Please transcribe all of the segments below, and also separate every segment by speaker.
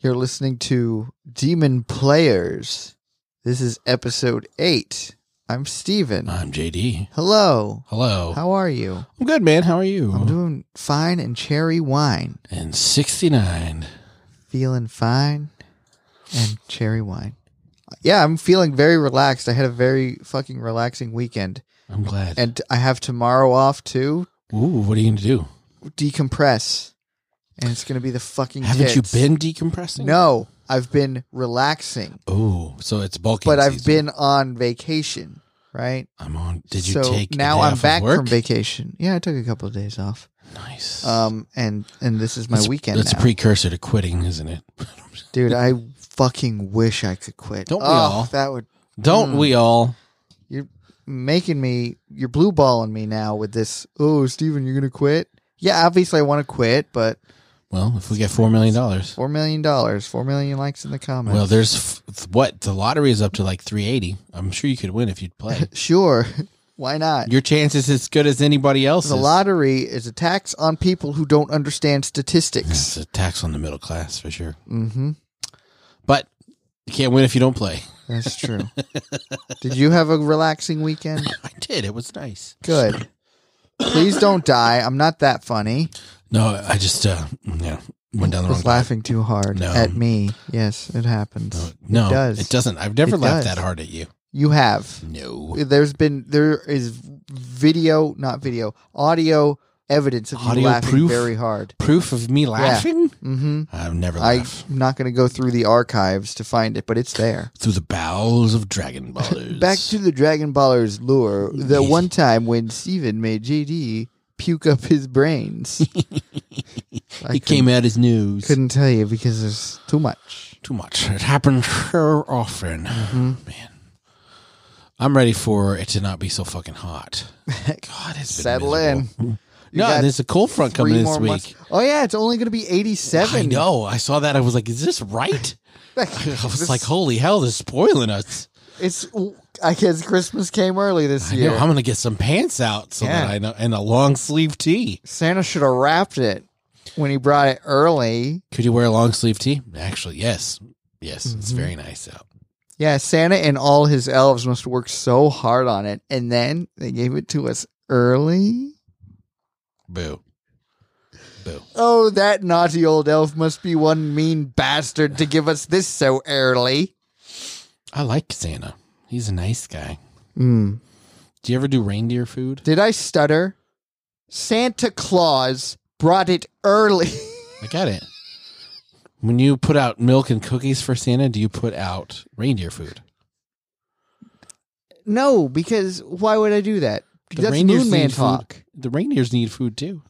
Speaker 1: You're listening to Demon Players. This is episode eight. I'm Steven.
Speaker 2: I'm JD.
Speaker 1: Hello.
Speaker 2: Hello.
Speaker 1: How are you?
Speaker 2: I'm good, man. How are you?
Speaker 1: I'm doing fine and cherry wine.
Speaker 2: and 69.
Speaker 1: Feeling fine and cherry wine. Yeah, I'm feeling very relaxed. I had a very fucking relaxing weekend.
Speaker 2: I'm glad.
Speaker 1: And I have tomorrow off to
Speaker 2: Ooh, what are you going to do?
Speaker 1: decompress. And it's going to be the fucking
Speaker 2: Haven't
Speaker 1: tits.
Speaker 2: you been decompressing?
Speaker 1: No, I've been relaxing.
Speaker 2: Oh, so it's bulking.
Speaker 1: but I've
Speaker 2: season.
Speaker 1: been on vacation, right?
Speaker 2: I'm on. Did you
Speaker 1: so
Speaker 2: take? a
Speaker 1: now
Speaker 2: day
Speaker 1: I'm
Speaker 2: off of
Speaker 1: back
Speaker 2: work?
Speaker 1: from vacation. Yeah, I took a couple of days off.
Speaker 2: Nice.
Speaker 1: Um, and and this is my
Speaker 2: That's-
Speaker 1: weekend
Speaker 2: That's
Speaker 1: now.
Speaker 2: a precursor to quitting, isn't it?
Speaker 1: dude. I fucking wish I could quit.
Speaker 2: Don't we
Speaker 1: oh,
Speaker 2: all?
Speaker 1: That would
Speaker 2: Don't
Speaker 1: Mm.
Speaker 2: we all?
Speaker 1: making me. You're blue balling me now with this. Oh, Steven, you're gonna quit? Yeah, obviously I want to quit, but
Speaker 2: Well, if we get four million dollars,
Speaker 1: four million dollars, four million likes in the comments.
Speaker 2: well, there's f- th- what the lottery is up to like three eighty. I'm sure you could win if you'd play.
Speaker 1: sure. Why not?
Speaker 2: Your chance is as good as anybody else's.
Speaker 1: the lottery is a tax on people who don't understand
Speaker 2: It's
Speaker 1: statistics.
Speaker 2: a tax on the middle class for sure.
Speaker 1: mm-hmm.
Speaker 2: But you can't win if you don't play.
Speaker 1: That's true. Did you have a relaxing weekend?
Speaker 2: I did. It was nice.
Speaker 1: Good. Please don't die. I'm not that funny.
Speaker 2: No, I just uh yeah, went down the wrong
Speaker 1: was laughing too hard
Speaker 2: No.
Speaker 1: at me. Yes, it happens.
Speaker 2: path. No, it,
Speaker 1: does.
Speaker 2: does. not I've never
Speaker 1: It
Speaker 2: laughed
Speaker 1: does.
Speaker 2: that hard at you.
Speaker 1: You have.
Speaker 2: No.
Speaker 1: There's been there is video, not video, audio evidence of you
Speaker 2: Audio
Speaker 1: laughing
Speaker 2: proof?
Speaker 1: very hard.
Speaker 2: Proof of me laughing?
Speaker 1: Mm-hmm.
Speaker 2: I've never
Speaker 1: I'm
Speaker 2: laughed.
Speaker 1: not going to go through the archives to find it, but it's there.
Speaker 2: Through the bowels of Dragon Ballers.
Speaker 1: Back to the Dragon Baller's lure. The
Speaker 2: Yeah.
Speaker 1: one time when Steven made JD puke up his brains. I
Speaker 2: he came out his nose.
Speaker 1: Couldn't tell you because there's too much.
Speaker 2: Too much. It happens so often.
Speaker 1: Mm-hmm.
Speaker 2: Man. I'm ready for it to not be so fucking hot. God, it's been
Speaker 1: Settle
Speaker 2: miserable. Hmm.
Speaker 1: in. You
Speaker 2: No,
Speaker 1: got
Speaker 2: there's a cold front coming
Speaker 1: three
Speaker 2: this
Speaker 1: more
Speaker 2: week.
Speaker 1: months- Oh yeah, it's only going to be
Speaker 2: I
Speaker 1: eighty-seven.
Speaker 2: know. I saw that. I was like, is this right? I was
Speaker 1: This-
Speaker 2: like, holy hell, this is spoiling us.
Speaker 1: it's. I guess Christmas came early this
Speaker 2: I
Speaker 1: year.
Speaker 2: know. I'm gonna get some pants out so that
Speaker 1: Yeah.
Speaker 2: I know, and a long sleeve tee.
Speaker 1: Santa should have wrapped it when he brought it early.
Speaker 2: Could you wear a long sleeve tee? Actually, yes, yes,
Speaker 1: Mm-hmm.
Speaker 2: it's very nice out.
Speaker 1: Yeah, Santa and all his elves must have worked so hard on it, and then they gave it to us early.
Speaker 2: Boo, boo.
Speaker 1: Oh, that naughty old elf must be one mean bastard to give us this so early.
Speaker 2: I like Santa. He's a nice guy. Hmm.
Speaker 1: Mm.
Speaker 2: Do you ever do reindeer food?
Speaker 1: Did I stutter? Santa Claus brought it early.
Speaker 2: I got it. When you put out milk and cookies for Santa, do you put out reindeer food?
Speaker 1: no, because why would I do that?
Speaker 2: The
Speaker 1: That's
Speaker 2: reindeers
Speaker 1: Moon Man
Speaker 2: need food.
Speaker 1: talk.
Speaker 2: The reindeers need food too.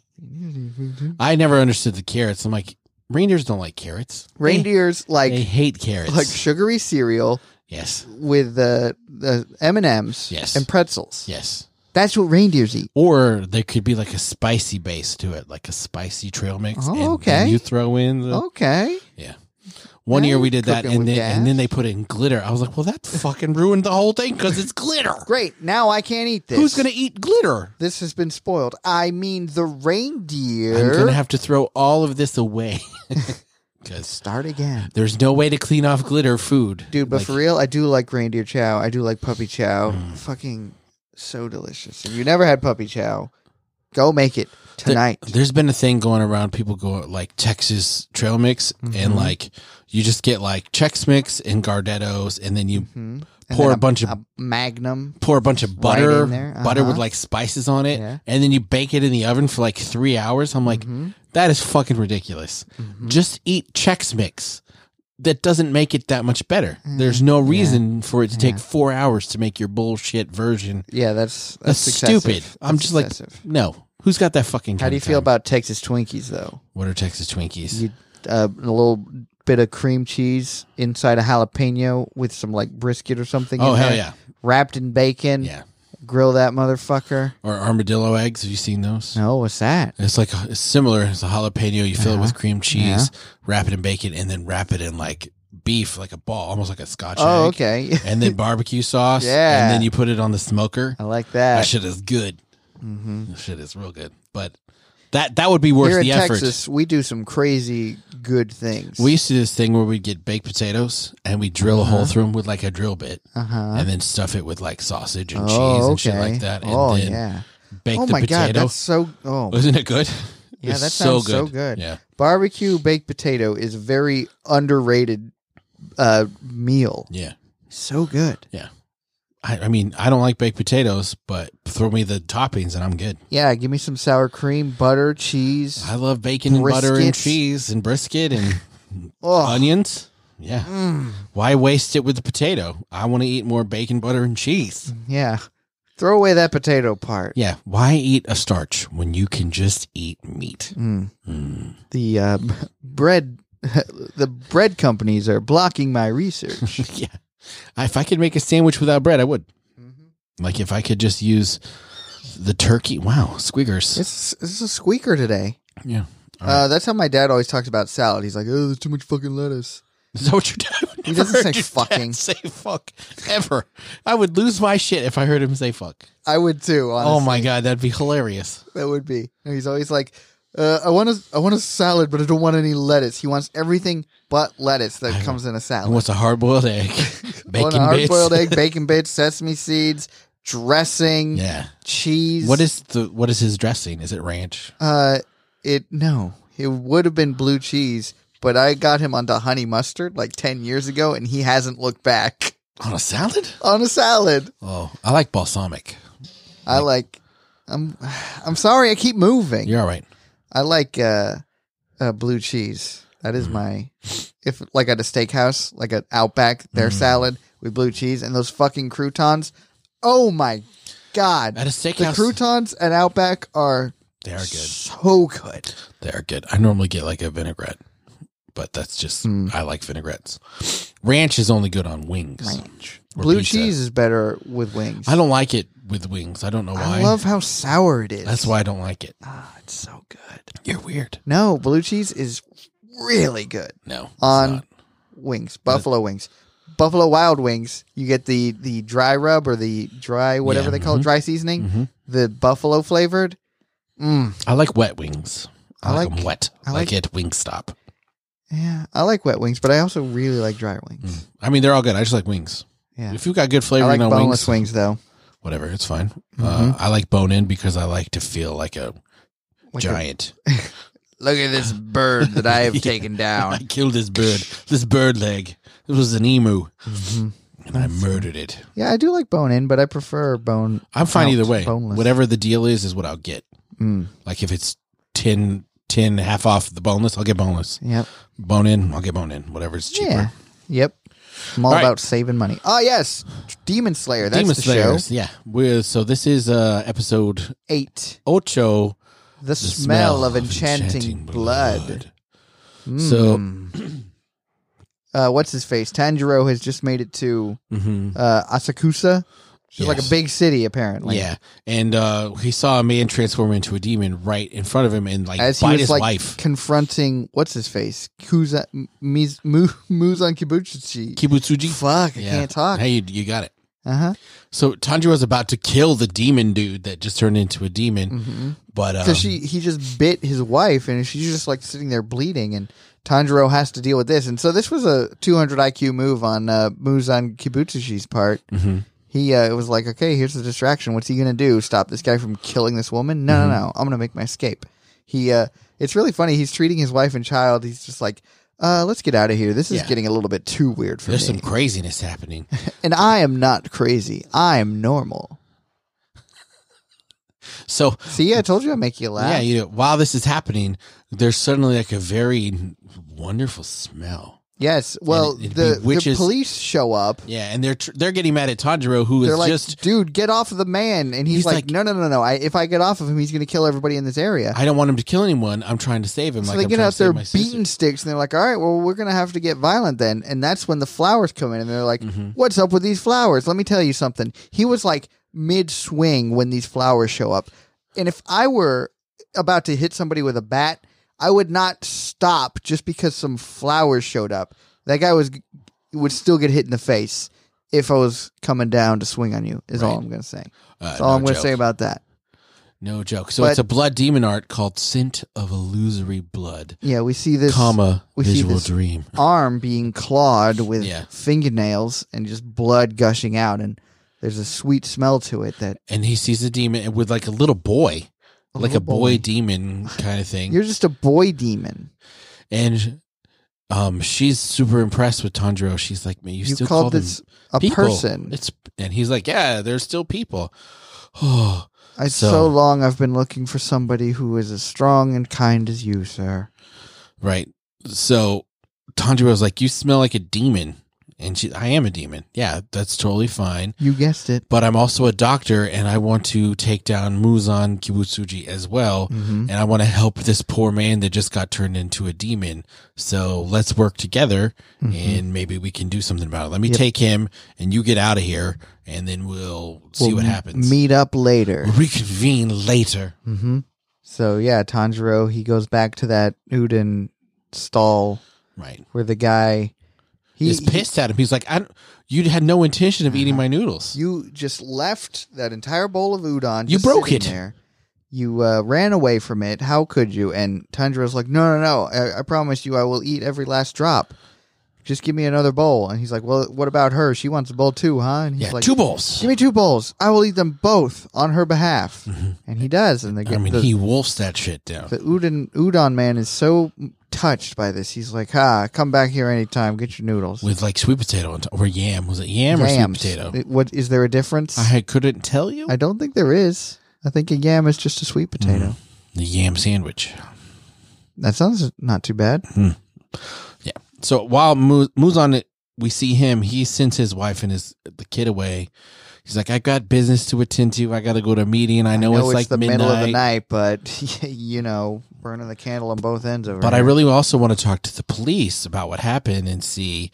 Speaker 2: I never understood the carrots. I'm like, reindeers don't like carrots. They-
Speaker 1: Reindeers
Speaker 2: they,
Speaker 1: like
Speaker 2: hate carrots.
Speaker 1: like sugary cereal
Speaker 2: yes,
Speaker 1: with the the M and M's
Speaker 2: Yes.
Speaker 1: and pretzels.
Speaker 2: yes.
Speaker 1: That's what reindeers eat.
Speaker 2: Or there could be like a spicy base to it, like a spicy trail mix.
Speaker 1: Oh,
Speaker 2: and then
Speaker 1: okay.
Speaker 2: you throw in the.
Speaker 1: Okay,
Speaker 2: One year
Speaker 1: yeah,
Speaker 2: we did that,
Speaker 1: cooking with
Speaker 2: and then,
Speaker 1: gas.
Speaker 2: and then they put in glitter. I was like, well, that fucking ruined the whole thing because it's glitter.
Speaker 1: great. Now I can't eat this.
Speaker 2: Who's gonna eat glitter?
Speaker 1: This has been spoiled. I mean, the reindeer.
Speaker 2: I'm gonna have to throw all of this away because
Speaker 1: start again.
Speaker 2: there's no way to clean off glitter food,
Speaker 1: Dude, but
Speaker 2: Like,
Speaker 1: for real, I do like Hmm. reindeer chow. I do like puppy chow. Fucking so delicious. If you never had puppy chow, go make it
Speaker 2: there-
Speaker 1: tonight.
Speaker 2: there's been a thing going around. People go like Texas trail mix, and
Speaker 1: Mhm.
Speaker 2: like you just get like Chex Mix and Gardettos, and then you
Speaker 1: Mhm. And
Speaker 2: pour
Speaker 1: then
Speaker 2: a bunch of-
Speaker 1: a magnum.
Speaker 2: pour a bunch of
Speaker 1: Right in
Speaker 2: butter,
Speaker 1: there,
Speaker 2: butter with
Speaker 1: uh-huh.
Speaker 2: like spices on it,
Speaker 1: Yeah.
Speaker 2: and then you bake it in the oven for like three hours. I'm like,
Speaker 1: Mhm.
Speaker 2: that is fucking ridiculous.
Speaker 1: Mhm.
Speaker 2: Just eat Chex Mix. That doesn't make it that much better. There's no reason for it to take
Speaker 1: Mm-hmm. Yeah.
Speaker 2: four hours to make your bullshit version.
Speaker 1: Yeah, that's that's,
Speaker 2: That's,
Speaker 1: excessive.
Speaker 2: stupid. I'm
Speaker 1: That's
Speaker 2: just
Speaker 1: excessive.
Speaker 2: like, no. Who's got that fucking?
Speaker 1: How
Speaker 2: kind
Speaker 1: do you
Speaker 2: of
Speaker 1: feel
Speaker 2: time?
Speaker 1: about Texas Twinkies though?
Speaker 2: what are Texas Twinkies?
Speaker 1: You uh, a little bit of cream cheese inside a jalapeno with some like brisket or something.
Speaker 2: oh
Speaker 1: in
Speaker 2: hell
Speaker 1: there,
Speaker 2: yeah,
Speaker 1: Wrapped in bacon.
Speaker 2: yeah.
Speaker 1: Grill that motherfucker.
Speaker 2: Or armadillo eggs? Have you seen those?
Speaker 1: No, what's that?
Speaker 2: It's like it's similar. It's a jalapeno. You fill it with
Speaker 1: Uh-huh.
Speaker 2: cream cheese, wrap it in bacon, and then wrap it in like beef, like a ball, almost like a Scotch
Speaker 1: Oh,
Speaker 2: egg.
Speaker 1: okay.
Speaker 2: and then barbecue sauce.
Speaker 1: Yeah.
Speaker 2: And then you put it on the smoker.
Speaker 1: I like that.
Speaker 2: That shit is good.
Speaker 1: hmm
Speaker 2: That shit is real good. But That that would be worth
Speaker 1: Here in
Speaker 2: the effort.
Speaker 1: Texas, we do some crazy good things.
Speaker 2: We used to do this thing where we'd get baked potatoes and we'd drill a hole through them with like a drill bit
Speaker 1: uh-huh.
Speaker 2: and then stuff it with like sausage and cheese
Speaker 1: oh,
Speaker 2: and
Speaker 1: okay.
Speaker 2: shit like that. And
Speaker 1: oh
Speaker 2: then
Speaker 1: yeah.
Speaker 2: bake
Speaker 1: Oh
Speaker 2: the
Speaker 1: my god,
Speaker 2: potato.
Speaker 1: that's so. Oh
Speaker 2: Wasn't it good?
Speaker 1: yeah,
Speaker 2: It's
Speaker 1: that sounds so good.
Speaker 2: Yeah.
Speaker 1: Barbecue baked potato is a very underrated uh, meal.
Speaker 2: Yeah.
Speaker 1: So good.
Speaker 2: I, I mean, I don't like baked potatoes, but throw me the toppings and I'm good.
Speaker 1: Yeah, give me some sour cream, butter, cheese.
Speaker 2: I love bacon and butter and
Speaker 1: Briskets.
Speaker 2: cheese and brisket and
Speaker 1: Oh,
Speaker 2: onions. Yeah.
Speaker 1: mm,
Speaker 2: Why waste it with the potato? I want to eat more bacon, butter, and cheese.
Speaker 1: yeah. Throw away that potato part.
Speaker 2: Yeah. Why eat a starch when you can just eat meat?
Speaker 1: Mm.
Speaker 2: Mm.
Speaker 1: The uh, b- bread, the bread companies are blocking my research.
Speaker 2: yeah. If I could make a sandwich without bread, I would.
Speaker 1: Mhm.
Speaker 2: Like if I could just use the turkey. Wow, squeakers.
Speaker 1: It's it's a squeaker today.
Speaker 2: yeah. All right.
Speaker 1: Uh, that's how my dad always talks about salad. He's like, "Oh, there's too much fucking lettuce."
Speaker 2: Is that what you're doing?
Speaker 1: He doesn't
Speaker 2: Never
Speaker 1: say
Speaker 2: heard your
Speaker 1: fucking.
Speaker 2: dad Say fuck ever. I would lose my shit if I heard him say fuck.
Speaker 1: I would too. Honestly.
Speaker 2: Oh my god, that'd be hilarious.
Speaker 1: that would be. And he's always like, uh, "I want a I want a salad, but I don't want any lettuce." He wants everything but lettuce that comes in a
Speaker 2: And
Speaker 1: salad.
Speaker 2: what's a hard boiled egg?
Speaker 1: I want
Speaker 2: Bacon
Speaker 1: a hard
Speaker 2: bits.
Speaker 1: boiled egg, bacon bits, sesame seeds, dressing,
Speaker 2: Yeah.
Speaker 1: cheese.
Speaker 2: What is the what is his dressing? Is it ranch?
Speaker 1: Uh, it no, it would have been blue cheese, but I got him onto honey mustard like ten years ago, and he hasn't looked back
Speaker 2: On a salad?
Speaker 1: on a salad.
Speaker 2: Oh, I like balsamic.
Speaker 1: I like. I'm. I'm sorry. I keep moving.
Speaker 2: You're all right.
Speaker 1: I like uh, uh, blue cheese. That
Speaker 2: Mm-hmm.
Speaker 1: is my. If like at a steakhouse, like at Outback, their
Speaker 2: Mm-hmm.
Speaker 1: salad with blue cheese and those fucking croutons. Oh my god!
Speaker 2: At a
Speaker 1: The
Speaker 2: steakhouse,
Speaker 1: croutons at Outback are
Speaker 2: they are good.
Speaker 1: so good.
Speaker 2: They are good. I normally get like a vinaigrette, but that's just
Speaker 1: Hmm.
Speaker 2: I like vinaigrettes. Ranch is only good on wings. Ranch.
Speaker 1: Blue cheese is better with wings.
Speaker 2: I don't like it with wings. I don't know why.
Speaker 1: I love how sour it is.
Speaker 2: That's why I don't like it.
Speaker 1: Ah, it's so good.
Speaker 2: You're weird.
Speaker 1: No, blue cheese is really good
Speaker 2: No. it's
Speaker 1: on
Speaker 2: not.
Speaker 1: wings, buffalo wings, buffalo wild wings. You get the the dry rub or the dry whatever
Speaker 2: Yeah,
Speaker 1: they call it, dry seasoning. The buffalo flavored. Mm,
Speaker 2: Mm-hmm. I like wet wings. I,
Speaker 1: I
Speaker 2: like,
Speaker 1: like-
Speaker 2: them wet.
Speaker 1: I
Speaker 2: I like, it wing stop.
Speaker 1: yeah, I like wet wings, but I also really like dry wings.
Speaker 2: Mm. I mean, they're all good. I just like wings.
Speaker 1: Yeah,
Speaker 2: If you've got good
Speaker 1: I
Speaker 2: flavor
Speaker 1: like
Speaker 2: on
Speaker 1: boneless
Speaker 2: wings,
Speaker 1: Mm. wings, Mm-hmm. though.
Speaker 2: whatever, it's fine. Uh, I like bone in because I like to feel like a
Speaker 1: Like a-
Speaker 2: giant.
Speaker 1: Look at this bird that I have taken
Speaker 2: I
Speaker 1: down.
Speaker 2: killed this bird. This bird leg. It was an emu,
Speaker 1: Mm-hmm.
Speaker 2: and I murdered it.
Speaker 1: Yeah, I do like bone in, but I prefer bone.
Speaker 2: I'm fine either way.
Speaker 1: boneless.
Speaker 2: Whatever the deal is, is what I'll get.
Speaker 1: Mm,
Speaker 2: Like if it's 10, 10 half off the boneless, I'll get boneless.
Speaker 1: yep.
Speaker 2: Bone in, I'll get bone in. Whatever's cheaper.
Speaker 1: Yeah. Yep. I'm all,
Speaker 2: All right.
Speaker 1: about saving money. Oh yes, Demon Slayer. That's
Speaker 2: Demon
Speaker 1: the
Speaker 2: Slayers.
Speaker 1: show.
Speaker 2: Yeah. We're, so this is uh, episode
Speaker 1: Eight.
Speaker 2: ocho.
Speaker 1: The, smell, of enchanting, blood. Hmm.
Speaker 2: So-
Speaker 1: uh, what's his face? Tanjiro has just made it to
Speaker 2: Mhm.
Speaker 1: uh, Asakusa. She's like a
Speaker 2: Yes.
Speaker 1: big city, apparently.
Speaker 2: yeah, and uh, he saw a man transform into a demon right in front of him, and like
Speaker 1: As he
Speaker 2: bite
Speaker 1: was
Speaker 2: his
Speaker 1: like
Speaker 2: wife.
Speaker 1: confronting what's his face, Kuza M- Miz- Mu- Muzan Kibuchi.
Speaker 2: Kibutsuji.
Speaker 1: Fuck, I
Speaker 2: Yeah.
Speaker 1: can't talk.
Speaker 2: Hey, you, you got it.
Speaker 1: Uh huh.
Speaker 2: So Tanjiro's about to kill the demon dude that just turned into a demon, but um,
Speaker 1: Because Mm-hmm. she he just bit his wife, and she's just like sitting there bleeding, and Tanjiro has to deal with this. And so this was a 200 IQ move on uh, Muzan Kibutsushi's part.
Speaker 2: Mm-hmm.
Speaker 1: He uh, was like, okay, here's the distraction. What's he gonna do? Stop this guy from killing this woman? No,
Speaker 2: Mm-hmm.
Speaker 1: no, no. I'm gonna make my escape. He, uh, it's really funny. He's treating his wife and child. He's just like, uh, let's get out of here. This is
Speaker 2: Yeah.
Speaker 1: getting a little bit too weird for
Speaker 2: there's
Speaker 1: me.
Speaker 2: some craziness happening.
Speaker 1: and I am not crazy. I am normal.
Speaker 2: So
Speaker 1: See, I told you I make you laugh.
Speaker 2: yeah, you know, while this is happening, there's suddenly like a very wonderful smell.
Speaker 1: yes. Well,
Speaker 2: And it- it
Speaker 1: the, the
Speaker 2: bewitches-
Speaker 1: police show up.
Speaker 2: Yeah, and they're tr- they're getting mad at Tanjiro, who is
Speaker 1: They're like,
Speaker 2: just
Speaker 1: dude, get off of the man. And he's,
Speaker 2: He's
Speaker 1: like,
Speaker 2: like-
Speaker 1: no, no, no, no. I, if I get off of him, he's going to kill everybody in this area.
Speaker 2: I don't want him to kill anyone. I'm trying to save him.
Speaker 1: so
Speaker 2: like
Speaker 1: they
Speaker 2: I'm
Speaker 1: get
Speaker 2: trying
Speaker 1: out
Speaker 2: to save
Speaker 1: their
Speaker 2: my sister.
Speaker 1: beaten sticks and they're like, all right, well, we're going to have to get violent then. And that's when the flowers come in and they're like,
Speaker 2: Mm-hmm.
Speaker 1: what's up with these flowers? Let me tell you something. He was like mid swing when these flowers show up. And if I were about to hit somebody with a bat, I would not stop just because some flowers showed up. That guy was would still get hit in the face if I was coming down to swing on you. Is all
Speaker 2: Right.
Speaker 1: I'm going to say.
Speaker 2: Uh,
Speaker 1: That's all
Speaker 2: no
Speaker 1: I'm going to
Speaker 2: joke.
Speaker 1: say about that.
Speaker 2: No joke. So
Speaker 1: But-
Speaker 2: it's a blood demon art called Scent of Illusory Blood,
Speaker 1: Yeah, we see this
Speaker 2: comma,
Speaker 1: we see
Speaker 2: Visual
Speaker 1: this-
Speaker 2: Dream.
Speaker 1: arm being clawed with
Speaker 2: Yeah.
Speaker 1: fingernails and just blood gushing out, and there's a sweet smell to it that
Speaker 2: And he sees a demon with like a little boy, like
Speaker 1: little
Speaker 2: a boy, demon kind of thing.
Speaker 1: Oh. You're just a boy demon.
Speaker 2: and um, she's super impressed with Tanjiro. She's like, man, you,
Speaker 1: You,
Speaker 2: still call
Speaker 1: called
Speaker 2: them
Speaker 1: this a
Speaker 2: people.
Speaker 1: person.
Speaker 2: It's and he's like, yeah, they're still people. Oh,
Speaker 1: It's
Speaker 2: so-
Speaker 1: so, long I've been looking for somebody who is as strong and kind as you, sir.
Speaker 2: right. So Tanjiro's like, you smell like a demon, and she, I am a demon. Yeah, that's totally fine.
Speaker 1: You guessed it.
Speaker 2: But I'm also a doctor, and I want to take down Muzan Kibutsuji as well.
Speaker 1: Mm-hmm.
Speaker 2: and I want to help this poor man that just got turned into a demon. So let's work together and maybe we can do something about it. Let me
Speaker 1: Mm-hmm. Yep.
Speaker 2: take him and you get out of here and then we'll see what happens.
Speaker 1: Meet up later.
Speaker 2: We'll reconvene later.
Speaker 1: hmm So yeah, Tanjiro he goes back to that Udon stall
Speaker 2: Right.
Speaker 1: where the guy he Uh-huh.
Speaker 2: He's pissed at him. He's like, I don't, you had no intention of eating my noodles.
Speaker 1: you just left that entire bowl of udon.
Speaker 2: You
Speaker 1: just
Speaker 2: broke
Speaker 1: sitting
Speaker 2: it.
Speaker 1: There. You uh, ran away from it. How could you? And Tundra's like, no, no, no. I, I promise you, I will eat every last drop. Just give me another bowl. And he's like, well, what about her? She wants a bowl too, huh? And he's
Speaker 2: yeah,
Speaker 1: like,
Speaker 2: two bowls.
Speaker 1: give me two bowls. I will eat them both on her behalf. And he does. And they
Speaker 2: Mm-hmm. I
Speaker 1: get
Speaker 2: mean,
Speaker 1: the,
Speaker 2: he wolfs that shit down.
Speaker 1: the udon udon man is so touched by this. He's like, ha, come back here anytime. Get your noodles.
Speaker 2: With like sweet potato on top, or yam. Was it yam
Speaker 1: Yams.
Speaker 2: or sweet potato?
Speaker 1: It- What is there a difference?
Speaker 2: I couldn't tell you.
Speaker 1: I don't think there is. I think a yam is just a sweet potato.
Speaker 2: Mm. the yam sandwich.
Speaker 1: That sounds not too bad.
Speaker 2: So while Mu- Muzan, we see him. He sends his wife and his the kid away. He's like, I got business to attend to. I got to go to a meeting. I know,
Speaker 1: I
Speaker 2: it's, like
Speaker 1: the
Speaker 2: midnight,
Speaker 1: middle of the night, but you know, burning the candle on both ends of it.
Speaker 2: but I really also want to talk to the police about what happened and see,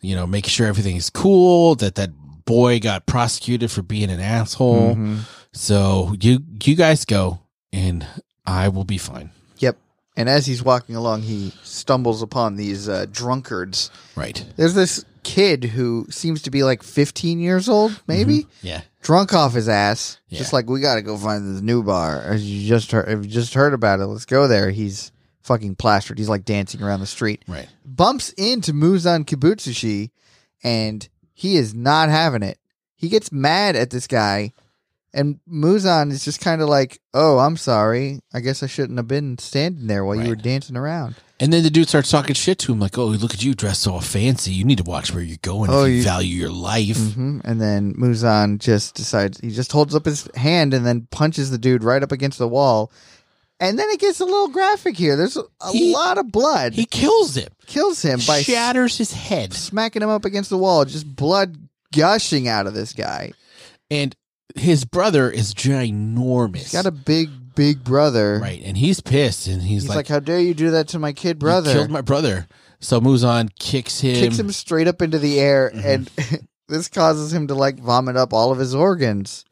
Speaker 2: you know, make sure everything is cool. That that boy got prosecuted for being an asshole.
Speaker 1: Mm-hmm.
Speaker 2: So you you guys go, and I will be fine.
Speaker 1: Yep. And as he's walking along, he stumbles upon these uh, drunkards.
Speaker 2: Right?
Speaker 1: There's this kid who seems to be like 15 years old, maybe
Speaker 2: Yeah.
Speaker 1: drunk off his ass.
Speaker 2: Mm-hmm. Yeah.
Speaker 1: Just like we got to go find this new bar. As you just heard, if you just heard about it, let's go there. He's fucking plastered. He's like dancing around the street.
Speaker 2: Right.
Speaker 1: bumps into Muzan Kibutsushi and he is not having it. He gets mad at this guy and Muzan is just kind of like, "Oh, I'm sorry. I guess I shouldn't have been standing there while
Speaker 2: Right.
Speaker 1: you were dancing around."
Speaker 2: And then the dude starts talking shit to him, like, "Oh, look at you dressed all fancy. You need to watch where you're going
Speaker 1: Oh,
Speaker 2: if you,
Speaker 1: you-
Speaker 2: value your life."
Speaker 1: hmm And then Muzan just decides he just holds up his hand and then punches the dude right up against the wall. And then it gets a little graphic here. There's a a
Speaker 2: He-
Speaker 1: lot of blood.
Speaker 2: He
Speaker 1: He
Speaker 2: kills him,
Speaker 1: kills him by s-
Speaker 2: shatters his head,
Speaker 1: smacking him up against the wall. Just blood gushing out of this guy.
Speaker 2: and his brother is ginormous.
Speaker 1: He's got a big, big brother.
Speaker 2: right, and he's pissed, and he's,
Speaker 1: He's like,
Speaker 2: like,
Speaker 1: "How dare you do that to my kid
Speaker 2: "You
Speaker 1: brother?"
Speaker 2: killed my brother." So Muzan kicks him.
Speaker 1: Kicks him straight up into the air,
Speaker 2: Mm-hmm.
Speaker 1: and this causes him to like vomit up all of his organs.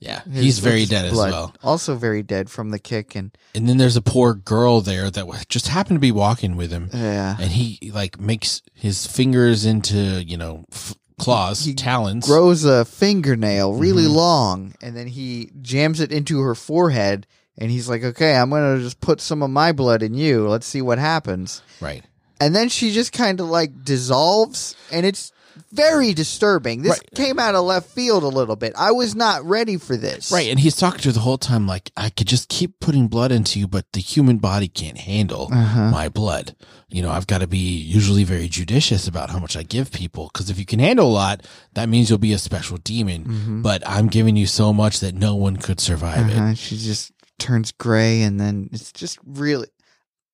Speaker 2: Yeah,
Speaker 1: His-
Speaker 2: he's very
Speaker 1: his
Speaker 2: dead
Speaker 1: blood.
Speaker 2: as well.
Speaker 1: Also very dead from the kick, and
Speaker 2: And then there's a poor girl there that was- just happened to be walking with him,
Speaker 1: yeah,
Speaker 2: and he like makes his fingers into you know f- claws,
Speaker 1: He
Speaker 2: talons.
Speaker 1: grows a fingernail really
Speaker 2: Mm-hmm.
Speaker 1: long, and then he jams it into her forehead. And he's like, "Okay, I'm gonna just put some of my blood in you. Let's see what happens."
Speaker 2: right.
Speaker 1: And then she just kind of like dissolves, and it's very disturbing. This
Speaker 2: Right.
Speaker 1: came out of left field a little bit. I was not ready for this.
Speaker 2: Right, and he's talking to her the whole time, like, I could just keep putting blood into you, but the human body can't handle
Speaker 1: Uh-huh.
Speaker 2: my blood. You know, I've got to be usually very judicious about how much I give people, because if you can handle a lot, that means you'll be a special demon. But I'm giving you so much that no one could survive it.
Speaker 1: Uh-huh. She just turns gray, and then it's just really.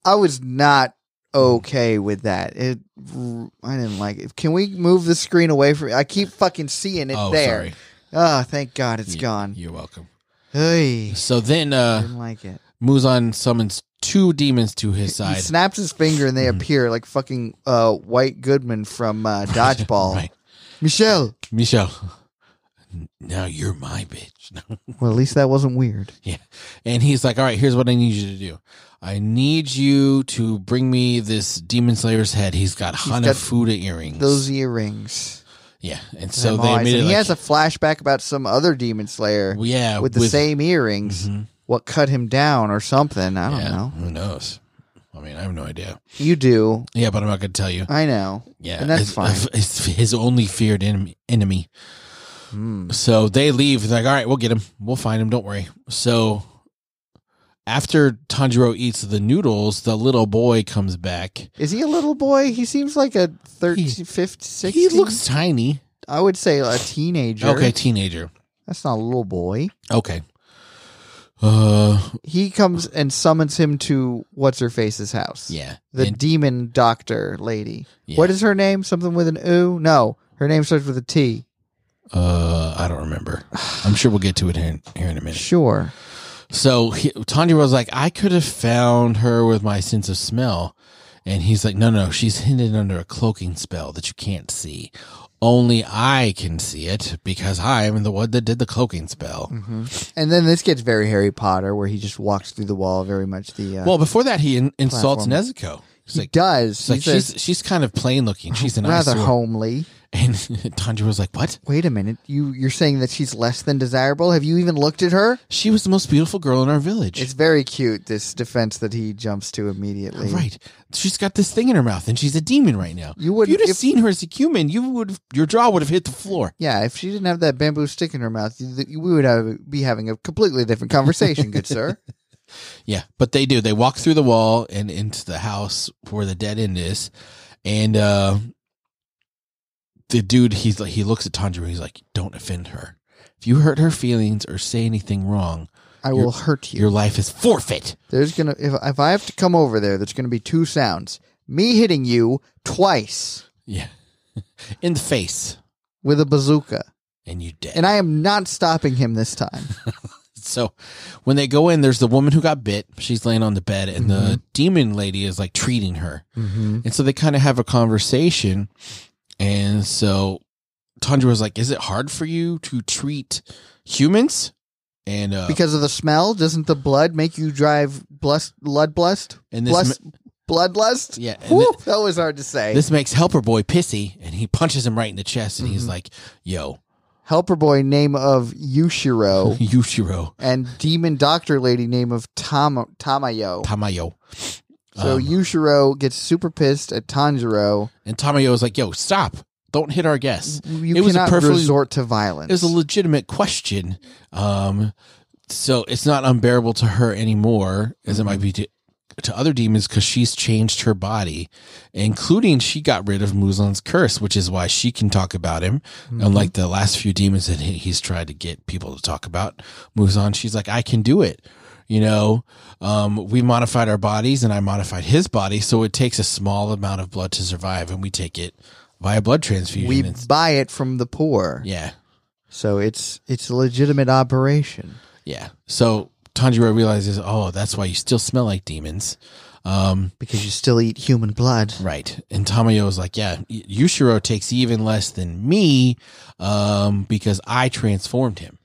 Speaker 1: I was not okay with that. It, I didn't like it. Can we move the screen away from? I keep fucking seeing it
Speaker 2: oh,
Speaker 1: there.
Speaker 2: sorry.
Speaker 1: Oh, thank God it's
Speaker 2: You-
Speaker 1: gone.
Speaker 2: You're welcome.
Speaker 1: Hey,
Speaker 2: So then uh
Speaker 1: didn't like it.
Speaker 2: Muzan summons two demons to his
Speaker 1: He
Speaker 2: side.
Speaker 1: snaps his finger, and they
Speaker 2: Mhm.
Speaker 1: appear like fucking uh, White Goodman from uh, Dodgeball.
Speaker 2: right.
Speaker 1: Michelle.
Speaker 2: Michelle, now you're my bitch.
Speaker 1: Well, at least that wasn't weird.
Speaker 2: Yeah. And he's like, all right, here's what I need you to do. I need you to bring me this Demon Slayer's head. He's got Hanafuda earrings.
Speaker 1: Those earrings.
Speaker 2: yeah. And so
Speaker 1: Them
Speaker 2: they
Speaker 1: eyes. And
Speaker 2: immediately.
Speaker 1: he
Speaker 2: like,
Speaker 1: has a flashback about some other demon slayer
Speaker 2: yeah.
Speaker 1: with the same earrings.
Speaker 2: Mhm.
Speaker 1: what cut him down or something. I don't
Speaker 2: yeah,
Speaker 1: know.
Speaker 2: Who knows? I mean, I have no idea.
Speaker 1: You do.
Speaker 2: Yeah, but I'm not going to tell you.
Speaker 1: I know.
Speaker 2: Yeah,
Speaker 1: and that's
Speaker 2: his,
Speaker 1: fine.
Speaker 2: His, his only feared enemy. enemy.
Speaker 1: Hmm.
Speaker 2: So they leave. They're like, all right, we'll get him. We'll find him. Don't worry. So after Tanjiro eats the noodles, the little boy comes back.
Speaker 1: Is he a little boy? He seems like a 13,
Speaker 2: He-
Speaker 1: 15, 16.
Speaker 2: He looks tiny.
Speaker 1: I would say a teenager.
Speaker 2: Okay, teenager.
Speaker 1: That's not a little boy.
Speaker 2: Okay. Uh,
Speaker 1: He comes and summons him to what's her face's house.
Speaker 2: yeah.
Speaker 1: The
Speaker 2: And-
Speaker 1: demon doctor lady.
Speaker 2: yeah.
Speaker 1: What is her name? Something with an ooh? No. Her name starts with a T.
Speaker 2: Uh, I don't remember. I'm sure we'll get to it here in, here in a minute.
Speaker 1: Sure.
Speaker 2: So he, Tanjiro's like, I could have found her with my sense of smell. And he's like, no, no, she's hidden under a cloaking spell that you can't see. Only I can see it because I'm the one that did the cloaking spell.
Speaker 1: Mm. Mm-hmm. And then this gets very Harry Potter, where he just walks through the wall. Very much the uh,
Speaker 2: Well, before that, he in, insults
Speaker 1: Platform.
Speaker 2: Nezuko. He's
Speaker 1: he
Speaker 2: like,
Speaker 1: does.
Speaker 2: he's like,
Speaker 1: He says,
Speaker 2: she's, she's kind of plain looking. She's an
Speaker 1: rather
Speaker 2: eyesore.
Speaker 1: homely.
Speaker 2: And Tanjiro's like, what?
Speaker 1: Wait a minute. You you're saying that she's less than desirable? Have you even looked at her?
Speaker 2: She was the most beautiful girl in our village.
Speaker 1: It's very cute. This defense that he jumps to immediately.
Speaker 2: Right. She's got this thing in her mouth and she's a demon right now.
Speaker 1: You
Speaker 2: If
Speaker 1: wouldn't.
Speaker 2: you'd have
Speaker 1: if-
Speaker 2: seen her as a human, you would your jaw would have hit the floor.
Speaker 1: yeah, if she didn't have that bamboo stick in her mouth, you- you- we would have, be having a completely different conversation, good sir.
Speaker 2: Yeah, but they do. They walk through the wall and into the house where the dead end is, and uh, the dude he's like he looks at Tanjiro. He's like, "Don't offend her. If you hurt her feelings or say anything wrong,
Speaker 1: I will hurt you.
Speaker 2: your life is forfeit."
Speaker 1: There's gonna if if I have to come over there, there's gonna be two sounds: me hitting you twice
Speaker 2: Yeah, in the face,
Speaker 1: with a bazooka,
Speaker 2: and you dead.
Speaker 1: and I am not stopping him this time.
Speaker 2: So when they go in, there's the woman who got bit. She's laying on the bed, and the demon lady is like treating her.
Speaker 1: mm-hmm.
Speaker 2: And so they kind of have a conversation. And so Tundra was like, Is it hard for you to treat humans? And uh,
Speaker 1: Because of the smell, doesn't the blood make you drive blust, blood blust?
Speaker 2: and this
Speaker 1: Blust, bloodlust?
Speaker 2: yeah, and
Speaker 1: Whew, that was hard to say.
Speaker 2: thi- this makes Helper Boy pissy, and he punches him right in the chest, and
Speaker 1: Mm-hmm.
Speaker 2: he's like, "Yo,
Speaker 1: Helper boy name of Yushiro
Speaker 2: Yushiro
Speaker 1: and demon doctor lady name of Tama, Tamayo.
Speaker 2: Tamayo."
Speaker 1: So
Speaker 2: Um,
Speaker 1: Yushiro gets super pissed at Tanjiro.
Speaker 2: and Tamayo is like, "Yo, stop! Don't hit our guests."
Speaker 1: You
Speaker 2: It was a
Speaker 1: cannot
Speaker 2: perfectly-
Speaker 1: resort to violence.
Speaker 2: It was a legitimate question. Um, so it's not unbearable to her anymore as it might be to, to other demons because she's changed her body, including she got rid of Muzan's curse, which is why she can talk about him. Unlike the last few demons that he, he's tried to get people to talk about Muzan, she's like, I can do it. You know, um, we modified our bodies and I modified his body. So it takes a small amount of blood to survive and we take it via blood transfusion.
Speaker 1: we
Speaker 2: It's-
Speaker 1: buy it from the poor.
Speaker 2: yeah.
Speaker 1: So it's it's a legitimate operation.
Speaker 2: Yeah. So Tanjiro realizes, oh, that's why you still smell like demons. Um,
Speaker 1: Because you still eat human blood.
Speaker 2: right. And Tamayo is like, yeah, Y- Yushiro takes even less than me um, because I transformed him.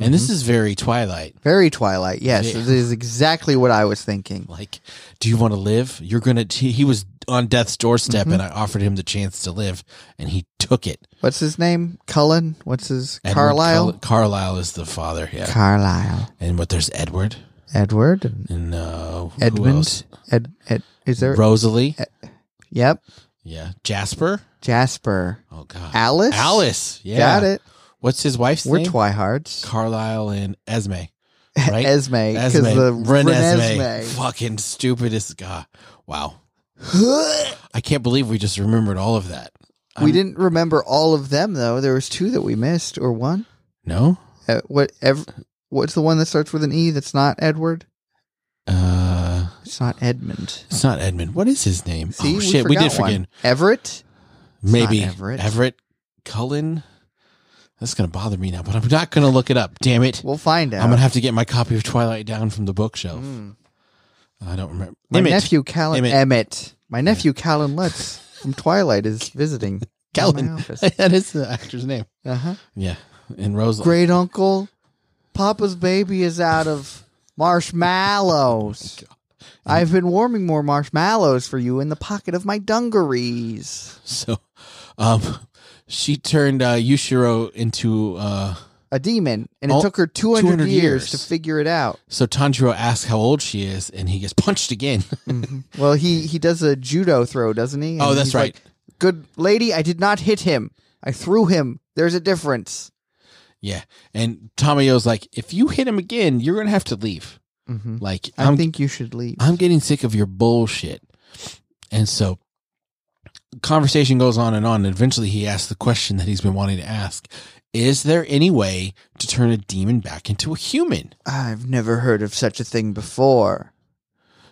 Speaker 2: And
Speaker 1: Mm-hmm.
Speaker 2: this is very Twilight.
Speaker 1: Very Twilight, yes.
Speaker 2: Yeah.
Speaker 1: This is exactly what I was thinking.
Speaker 2: Like, do you want to live? You're going to. He was on death's doorstep
Speaker 1: Mm-hmm.
Speaker 2: and I offered him the chance to live and he took it.
Speaker 1: What's his name? Cullen? What's his
Speaker 2: Edward
Speaker 1: Carlisle?
Speaker 2: Car- Carlisle is the father. Yeah.
Speaker 1: Carlisle.
Speaker 2: and what there's Edward
Speaker 1: Edward and
Speaker 2: and uh, who
Speaker 1: Edmund.
Speaker 2: else?
Speaker 1: Ed, Ed is there
Speaker 2: Rosalie.
Speaker 1: Yep.
Speaker 2: yeah. Jasper.
Speaker 1: Jasper.
Speaker 2: Oh, God.
Speaker 1: Alice?
Speaker 2: Alice. Yeah.
Speaker 1: Got it.
Speaker 2: What's his wife's
Speaker 1: We're
Speaker 2: name?
Speaker 1: Twihards.
Speaker 2: Carlisle and Esme. Right?
Speaker 1: Esme. Because
Speaker 2: Esme.
Speaker 1: the
Speaker 2: Ren Esme.
Speaker 1: Renesme.
Speaker 2: Fucking stupidest guy. Wow. I can't believe we just remembered all of that.
Speaker 1: we
Speaker 2: I'm-
Speaker 1: didn't remember all of them though. There was two that we missed, or one.
Speaker 2: No?
Speaker 1: Uh, what? Ev- what's the one that starts with an E? That's not Edward.
Speaker 2: Uh,
Speaker 1: It's not Edmund.
Speaker 2: it's not Edmund. What is his name?
Speaker 1: See,
Speaker 2: oh, shit. We, did
Speaker 1: forgot one.
Speaker 2: forget.
Speaker 1: Everett.
Speaker 2: Maybe
Speaker 1: not Everett.
Speaker 2: Cullen. That's going to bother me now, but I'm not going to look it up. Damn it.
Speaker 1: We'll find out.
Speaker 2: I'm going to have to get my copy of Twilight down from the bookshelf.
Speaker 1: Mm.
Speaker 2: I don't remember.
Speaker 1: My
Speaker 2: Emmett.
Speaker 1: nephew Callan
Speaker 2: Emmett.
Speaker 1: Emmett. My nephew Callan Lutz from Twilight is visiting
Speaker 2: Cullen.
Speaker 1: my office.
Speaker 2: that is the actor's name.
Speaker 1: Uh-huh.
Speaker 2: Yeah. And Rose.
Speaker 1: Great uncle, Papa's baby is out of marshmallows.
Speaker 2: Oh
Speaker 1: I've been warming more marshmallows for you in the pocket of my dungarees.
Speaker 2: So, um, she turned uh, Yushiro into uh,
Speaker 1: a demon, and it
Speaker 2: All-
Speaker 1: took her 200,
Speaker 2: 200
Speaker 1: years,
Speaker 2: years.
Speaker 1: to figure it out.
Speaker 2: So Tanjiro asks how old she is, and he gets punched again.
Speaker 1: Well, he he does a judo throw, doesn't he?
Speaker 2: Oh,
Speaker 1: And
Speaker 2: that's
Speaker 1: he's like, Good lady, I did not hit him. I threw him. There's a difference.
Speaker 2: yeah, and Tamayo's like, if you hit him again, you're gonna have to leave.
Speaker 1: hmm
Speaker 2: Like,
Speaker 1: I
Speaker 2: I'm
Speaker 1: think you should leave.
Speaker 2: I'm getting sick of your bullshit. And so conversation goes on and on. And eventually he asks the question that he's been wanting to ask. Is there any way to turn a demon back into a human?
Speaker 1: I've never heard of such a thing before,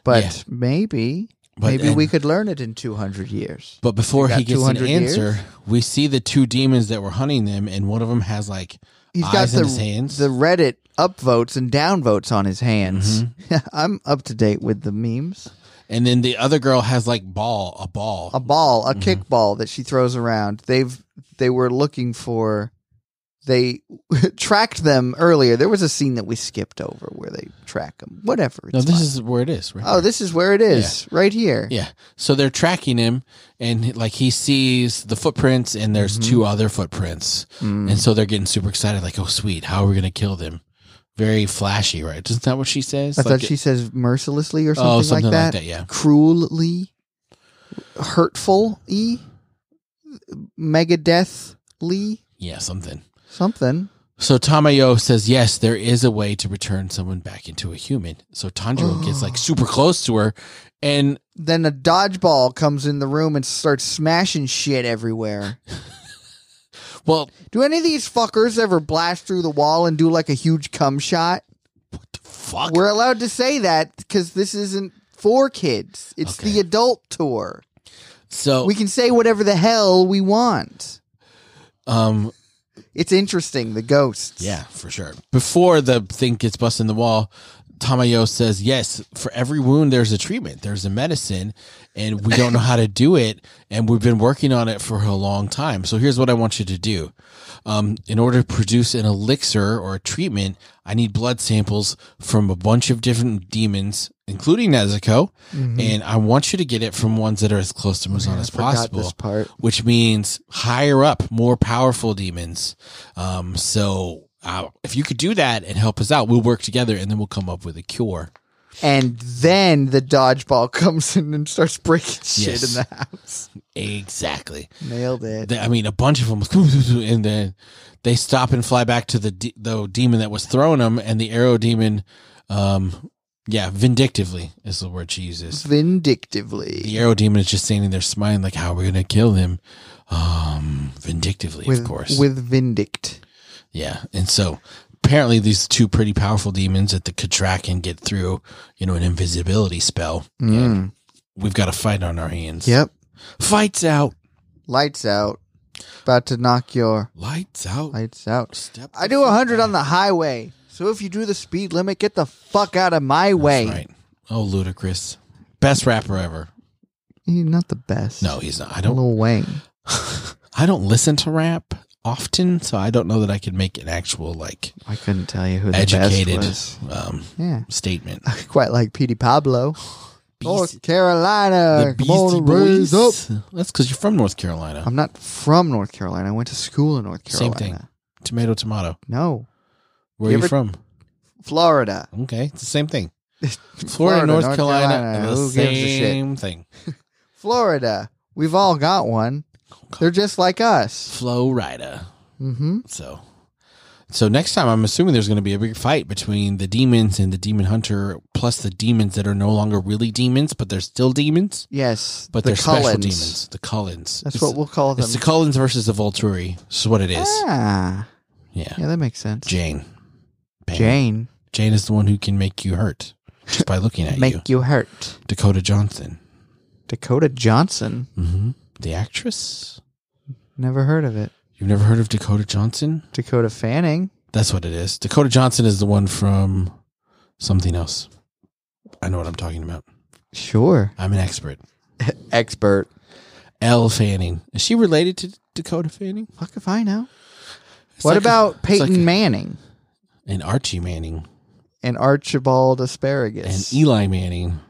Speaker 1: but
Speaker 2: Yeah.
Speaker 1: maybe
Speaker 2: But-
Speaker 1: maybe
Speaker 2: and-
Speaker 1: we could learn it in 200 years.
Speaker 2: But before
Speaker 1: You got
Speaker 2: he gets an
Speaker 1: 200 years?
Speaker 2: answer, we see the two demons that were hunting them, and one of them has like
Speaker 1: He's
Speaker 2: eyes
Speaker 1: got
Speaker 2: in
Speaker 1: the
Speaker 2: his hands.
Speaker 1: the Reddit upvotes and downvotes on his hands.
Speaker 2: Mm-hmm.
Speaker 1: I'm up to date with the memes.
Speaker 2: and then the other girl has like ball, a ball.
Speaker 1: a ball, a
Speaker 2: Mm-hmm.
Speaker 1: kickball that she throws around. They've they were looking for they tracked them earlier. There was a scene that we skipped over where they track them. Whatever.
Speaker 2: no,
Speaker 1: it's
Speaker 2: this
Speaker 1: fine.
Speaker 2: is where it is. Right
Speaker 1: Oh,
Speaker 2: here.
Speaker 1: this is where it is. Right here.
Speaker 2: Yeah. So they're tracking him and like he sees the footprints and there's
Speaker 1: Mm-hmm.
Speaker 2: two other footprints.
Speaker 1: Hmm.
Speaker 2: And so they're getting super excited, like, oh sweet, how are we gonna kill them? Very flashy, right? Isn't that what she says?
Speaker 1: I
Speaker 2: Like,
Speaker 1: thought she says mercilessly or something,
Speaker 2: Oh, something
Speaker 1: like that.
Speaker 2: yeah.
Speaker 1: Cruelly hurtful e megadethly
Speaker 2: Yeah, something.
Speaker 1: something.
Speaker 2: So Tamayo says, Yes, there is a way to return someone back into a human. So Tanjiro gets like super close to her and
Speaker 1: Then a dodgeball comes in the room and starts smashing shit everywhere.
Speaker 2: well,
Speaker 1: Do any of these fuckers ever blast through the wall and do like a huge cum shot?
Speaker 2: fuck
Speaker 1: We're allowed to say that because this isn't for kids. It's
Speaker 2: Okay.
Speaker 1: the adult tour.
Speaker 2: so
Speaker 1: We can say whatever the hell we want.
Speaker 2: um
Speaker 1: It's interesting, the ghosts.
Speaker 2: Yeah, for sure. Before the thing gets busted in the wall, Tamayo says, Yes, for every wound, there's a treatment, there's a medicine, and we don't know how to do it. And we've been working on it for a long time. So here's what I want you to do. Um, in order to produce an elixir or a treatment, I need blood samples from a bunch of different demons, including Nezuko. And I want you to get it from ones that are as close to Muzan as
Speaker 1: Mm-hmm. Forgot
Speaker 2: possible
Speaker 1: this part.
Speaker 2: which means higher up, more powerful demons. Um, so uh, if you could do that and help us out, we'll work together and then we'll come up with a cure.
Speaker 1: And then the dodgeball comes in and starts breaking shit
Speaker 2: Yes.
Speaker 1: in the house.
Speaker 2: Exactly.
Speaker 1: Nailed it.
Speaker 2: They- I mean, a bunch of them, and then they stop and fly back to the de- the demon that was throwing them, and the arrow demon, um, yeah, vindictively is the word she uses.
Speaker 1: Vindictively.
Speaker 2: The arrow demon is just standing there smiling, like, "How are we gonna kill him?" Um, vindictively,
Speaker 1: With,
Speaker 2: of course.
Speaker 1: With Vindict.
Speaker 2: Yeah. And so apparently these two pretty powerful demons at the Katrak can get through, you know, an invisibility spell. And we've got a fight on our hands.
Speaker 1: Hmm. Yep.
Speaker 2: Fights out.
Speaker 1: Lights out. About to knock your
Speaker 2: Lights out.
Speaker 1: lights out.
Speaker 2: Step
Speaker 1: I do 100 on the highway. So if you do the speed limit, get the fuck out of my way.
Speaker 2: right. Oh, ludicrous. Best rapper ever.
Speaker 1: He's not the best.
Speaker 2: No, he's not. I don't
Speaker 1: Lil Wayne.
Speaker 2: I don't listen to rap often, so I don't know that I could make an actual like
Speaker 1: I couldn't tell you who the
Speaker 2: educated
Speaker 1: best was.
Speaker 2: um
Speaker 1: Yeah.
Speaker 2: statement.
Speaker 1: Quite like Petey Pablo.
Speaker 2: Beastie-
Speaker 1: North Carolina.
Speaker 2: the
Speaker 1: Oh, uh, Come on,
Speaker 2: Beastie
Speaker 1: raise up. Um,
Speaker 2: Boys. That's because you're from North Carolina.
Speaker 1: I'm not from North Carolina. I went to school in North
Speaker 2: Same
Speaker 1: Carolina.
Speaker 2: thing. tomato, tomato.
Speaker 1: No.
Speaker 2: Where
Speaker 1: You
Speaker 2: are you
Speaker 1: ever-
Speaker 2: from?
Speaker 1: Florida.
Speaker 2: Okay, it's the same thing. Florida,
Speaker 1: Florida,
Speaker 2: North,
Speaker 1: North
Speaker 2: Carolina,
Speaker 1: Carolina,
Speaker 2: are the
Speaker 1: who gives a shit?
Speaker 2: same thing.
Speaker 1: Florida. We've all got one. They're just like us.
Speaker 2: Flow Rida.
Speaker 1: Mm-hmm.
Speaker 2: So, so next time, I'm assuming there's going to be a big fight between the demons and the demon hunter, plus the demons that are no longer really demons, but they're still demons,
Speaker 1: Yes.
Speaker 2: but
Speaker 1: the
Speaker 2: they're special
Speaker 1: Cullens.
Speaker 2: demons. The Cullens.
Speaker 1: That's
Speaker 2: It's-
Speaker 1: what we'll call them.
Speaker 2: It's the Cullens versus the Volturi. This is what it is.
Speaker 1: ah.
Speaker 2: Yeah.
Speaker 1: Yeah, that makes sense.
Speaker 2: Jane. Bang.
Speaker 1: Jane.
Speaker 2: Jane is the one who can make you hurt just by looking at
Speaker 1: Make
Speaker 2: you.
Speaker 1: you hurt.
Speaker 2: Dakota Johnson,
Speaker 1: Dakota Johnson.
Speaker 2: hmm the actress.
Speaker 1: Never heard of it.
Speaker 2: You've never heard of Dakota Johnson?
Speaker 1: Dakota Fanning.
Speaker 2: That's what it is. Dakota Johnson is the one from something else. I know what I'm talking about.
Speaker 1: Sure.
Speaker 2: I'm an expert.
Speaker 1: Expert.
Speaker 2: Elle Fanning. Is she related to Dakota Fanning?
Speaker 1: Fuck if I know.
Speaker 2: It's
Speaker 1: what
Speaker 2: like a-
Speaker 1: about Peyton
Speaker 2: like a-
Speaker 1: Manning
Speaker 2: and Archie Manning
Speaker 1: and Archibald
Speaker 2: and E-
Speaker 1: Asparagus
Speaker 2: Eli Manning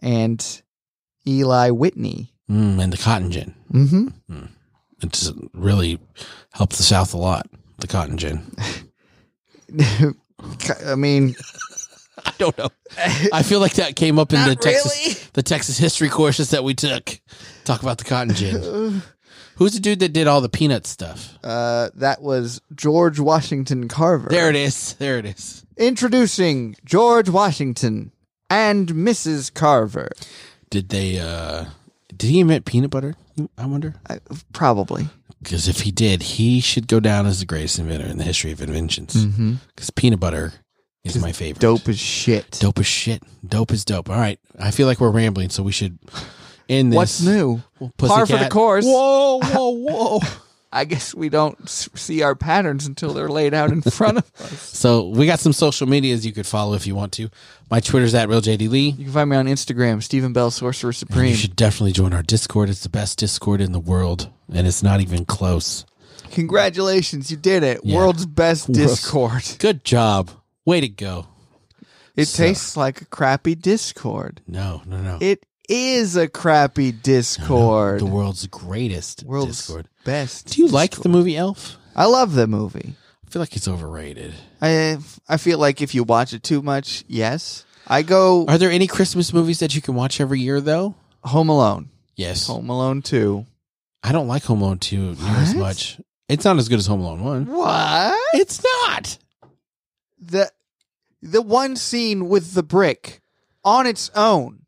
Speaker 1: and Eli Whitney?
Speaker 2: mm, and the Cotton Gin?
Speaker 1: Mm-hmm.
Speaker 2: It's really helped the South a lot. The Cotton Gin.
Speaker 1: I mean,
Speaker 2: I don't know. I feel like that came up in the
Speaker 1: Not really.
Speaker 2: Texas the Texas history courses that we took. Talk about the cotton gin. Who's the dude that did all the peanut stuff?
Speaker 1: uh, that was George Washington Carver.
Speaker 2: There it is. There it is.
Speaker 1: Introducing George Washington and Mrs. Carver.
Speaker 2: Did they uh did he invent peanut butter? I wonder.
Speaker 1: I, probably.
Speaker 2: Because if he did, he should go down as the greatest inventor in the history of inventions. Because
Speaker 1: Mhm.
Speaker 2: peanut butter is my favorite.
Speaker 1: Dope as shit.
Speaker 2: Dope as shit. Dope is dope. All right. I feel like we're rambling, so we should end this.
Speaker 1: What's new? Par
Speaker 2: Pussycat.
Speaker 1: for the course.
Speaker 2: Whoa, whoa, whoa.
Speaker 1: I guess we don't s- see our patterns until they're laid out in front of us.
Speaker 2: so we got some social medias you could follow if you want to. My Twitter's at RealJDLee.
Speaker 1: You can find me on Instagram, Stephen Bell, Sorcerer
Speaker 2: You
Speaker 1: Supreme.
Speaker 2: should definitely join our Discord. It's the best Discord in the world, and it's not even close.
Speaker 1: Congratulations, you did it. World's best Discord.
Speaker 2: Good job. Way to go.
Speaker 1: It tastes like a crappy Discord.
Speaker 2: No, no, no.
Speaker 1: It is a crappy Discord.
Speaker 2: The world's greatest
Speaker 1: World's
Speaker 2: Discord.
Speaker 1: best.
Speaker 2: Do you like the movie Elf?
Speaker 1: I love the movie.
Speaker 2: I feel like it's overrated.
Speaker 1: I I feel like if you watch it too much, yes. I go
Speaker 2: Are there any Christmas movies that you can watch every year, though?
Speaker 1: Home Alone.
Speaker 2: Yes.
Speaker 1: Home Alone 2.
Speaker 2: I don't like Home Alone 2 near as
Speaker 1: What?
Speaker 2: much. It's not as good as Home Alone 1.
Speaker 1: What?
Speaker 2: It's not.
Speaker 1: The the one scene with the brick on its own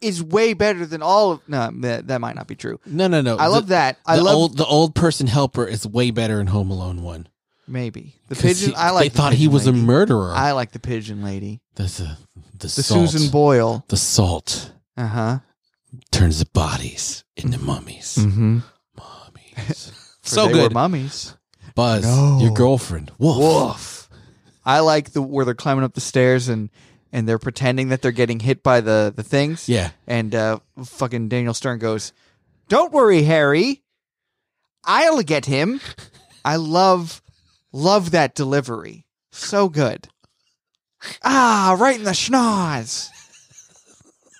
Speaker 1: is way better than all of no that, that might not be true.
Speaker 2: No, no, no.
Speaker 1: I love that. I
Speaker 2: the
Speaker 1: love
Speaker 2: old, the old person helper is way better in Home Alone 1.
Speaker 1: maybe. The
Speaker 2: 'Cause
Speaker 1: pigeon
Speaker 2: he-
Speaker 1: I like
Speaker 2: They
Speaker 1: the
Speaker 2: thought he
Speaker 1: pigeon
Speaker 2: was a
Speaker 1: lady.
Speaker 2: murderer.
Speaker 1: I like the pigeon lady.
Speaker 2: That's a, the,
Speaker 1: The
Speaker 2: salt.
Speaker 1: Susan Boyle.
Speaker 2: the salt
Speaker 1: Uh-huh.
Speaker 2: turns the bodies into mummies.
Speaker 1: Mm-hmm.
Speaker 2: Mummies. so
Speaker 1: they Were
Speaker 2: good.
Speaker 1: mummies.
Speaker 2: Buzz,
Speaker 1: No.
Speaker 2: your girlfriend. Wolf.
Speaker 1: Woof. I like the where they're climbing up the stairs and and they're pretending that they're getting hit by the the things.
Speaker 2: Yeah.
Speaker 1: And uh, fucking Daniel Stern goes, "Don't worry, Harry. I'll get him." I love love that delivery. So good. Ah, right in the schnoz.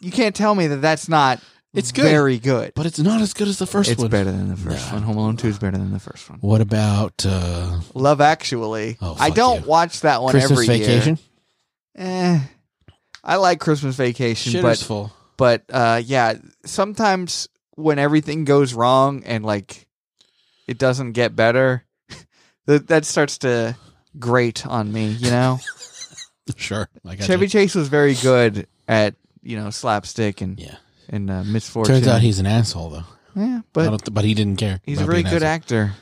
Speaker 1: You can't tell me that that's not
Speaker 2: It's good.
Speaker 1: Very good.
Speaker 2: But it's not as good as the first
Speaker 1: It's
Speaker 2: one.
Speaker 1: better than the first one. Home Alone 2 is better than the first one.
Speaker 2: What about uh,
Speaker 1: Love Actually.
Speaker 2: Oh,
Speaker 1: I
Speaker 2: fuck
Speaker 1: don't
Speaker 2: you.
Speaker 1: watch that one
Speaker 2: Christmas
Speaker 1: every
Speaker 2: Vacation?
Speaker 1: year. Eh, I like Christmas Vacation,
Speaker 2: Shitter's full.
Speaker 1: but but uh, yeah, sometimes when everything goes wrong and like it doesn't get better, that that starts to grate on me. You know,
Speaker 2: Sure. I got
Speaker 1: Chevy Chase was very good at you know slapstick and
Speaker 2: Yeah.
Speaker 1: and uh, misfortune.
Speaker 2: Turns out he's an asshole though.
Speaker 1: yeah,
Speaker 2: But,
Speaker 1: but
Speaker 2: but he didn't care.
Speaker 1: he's a
Speaker 2: about
Speaker 1: very
Speaker 2: being
Speaker 1: good
Speaker 2: an asshole.
Speaker 1: actor,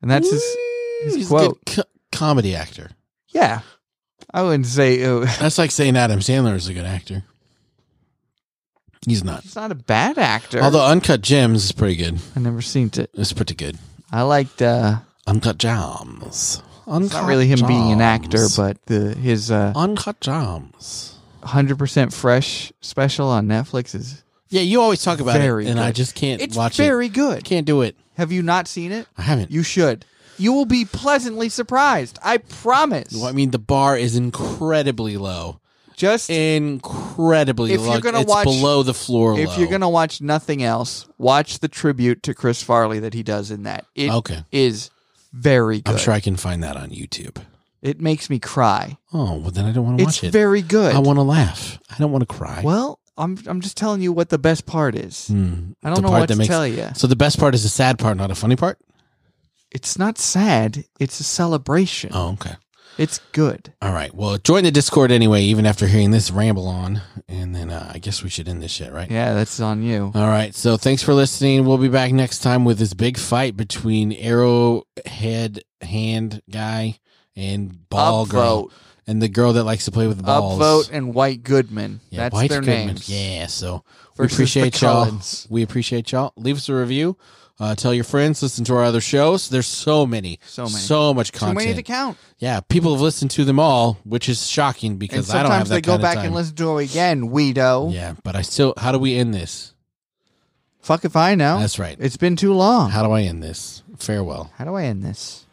Speaker 1: and that's his. his
Speaker 2: he's
Speaker 1: quote.
Speaker 2: a good co- comedy actor.
Speaker 1: Yeah, I wouldn't say uh,
Speaker 2: That's like saying Adam Sandler is a good actor. He's not.
Speaker 1: he's not a bad actor.
Speaker 2: Although Uncut Gems is pretty good.
Speaker 1: I never seen it.
Speaker 2: It's pretty good.
Speaker 1: I liked. uh
Speaker 2: Uncut Gems. Uncut
Speaker 1: It's not really him being an actor,
Speaker 2: Gems.
Speaker 1: but the his uh
Speaker 2: Uncut Gems.
Speaker 1: hundred percent fresh special on Netflix is
Speaker 2: Yeah, you always talk about
Speaker 1: Very
Speaker 2: it, and I
Speaker 1: good.
Speaker 2: just can't
Speaker 1: it's
Speaker 2: watch
Speaker 1: very
Speaker 2: it.
Speaker 1: good.
Speaker 2: Can't do it.
Speaker 1: Have you not seen it?
Speaker 2: I haven't.
Speaker 1: You should. You will be pleasantly surprised. I promise.
Speaker 2: Well, I mean, the bar is incredibly low.
Speaker 1: Just
Speaker 2: Incredibly
Speaker 1: If
Speaker 2: low.
Speaker 1: you're gonna
Speaker 2: it's
Speaker 1: watch-
Speaker 2: below the floor.
Speaker 1: if
Speaker 2: low.
Speaker 1: you're gonna watch nothing else, watch the tribute to Chris Farley that he does in that. It is
Speaker 2: Okay.
Speaker 1: very good.
Speaker 2: I'm sure I can find that on YouTube.
Speaker 1: It makes me cry.
Speaker 2: Oh, well, then I don't want to
Speaker 1: It's
Speaker 2: watch it.
Speaker 1: very good.
Speaker 2: I want to laugh. I don't want to cry.
Speaker 1: well, I'm I'm just telling you what the best part is.
Speaker 2: Hmm.
Speaker 1: I don't
Speaker 2: The
Speaker 1: know
Speaker 2: part
Speaker 1: what
Speaker 2: that
Speaker 1: to
Speaker 2: makes-
Speaker 1: tell you.
Speaker 2: So the best part is the sad part, not a funny part?
Speaker 1: It's not sad. It's a celebration.
Speaker 2: Oh, okay.
Speaker 1: It's good.
Speaker 2: All right. Well, join the Discord anyway, even after hearing this ramble on. And then uh, I guess we should end this shit, right?
Speaker 1: Yeah, that's on you.
Speaker 2: All right. So thanks for listening. We'll be back next time with this big fight between Arrowhead Hand Guy and Ball Girl.
Speaker 1: Upvote,
Speaker 2: And the girl that likes to play with balls.
Speaker 1: upvote, and White Goodman.
Speaker 2: Yeah,
Speaker 1: that's
Speaker 2: White
Speaker 1: their
Speaker 2: Goodman.
Speaker 1: names.
Speaker 2: Yeah, so we
Speaker 1: Versus the
Speaker 2: appreciate y'all.
Speaker 1: Cullens.
Speaker 2: We appreciate y'all. Leave us a review. Uh, tell your friends. Listen to our other shows. There's so many,
Speaker 1: So many.
Speaker 2: so much
Speaker 1: Too
Speaker 2: content.
Speaker 1: many to count.
Speaker 2: yeah, people have listened to them all, which is shocking
Speaker 1: And
Speaker 2: because I don't
Speaker 1: sometimes
Speaker 2: have that
Speaker 1: they go
Speaker 2: kind of
Speaker 1: back
Speaker 2: time.
Speaker 1: and listen to it again. Weedo.
Speaker 2: Yeah, but I still. How do we end this?
Speaker 1: Fuck if I know.
Speaker 2: That's right.
Speaker 1: It's been too long.
Speaker 2: How do I end this? Farewell.
Speaker 1: How do I end this?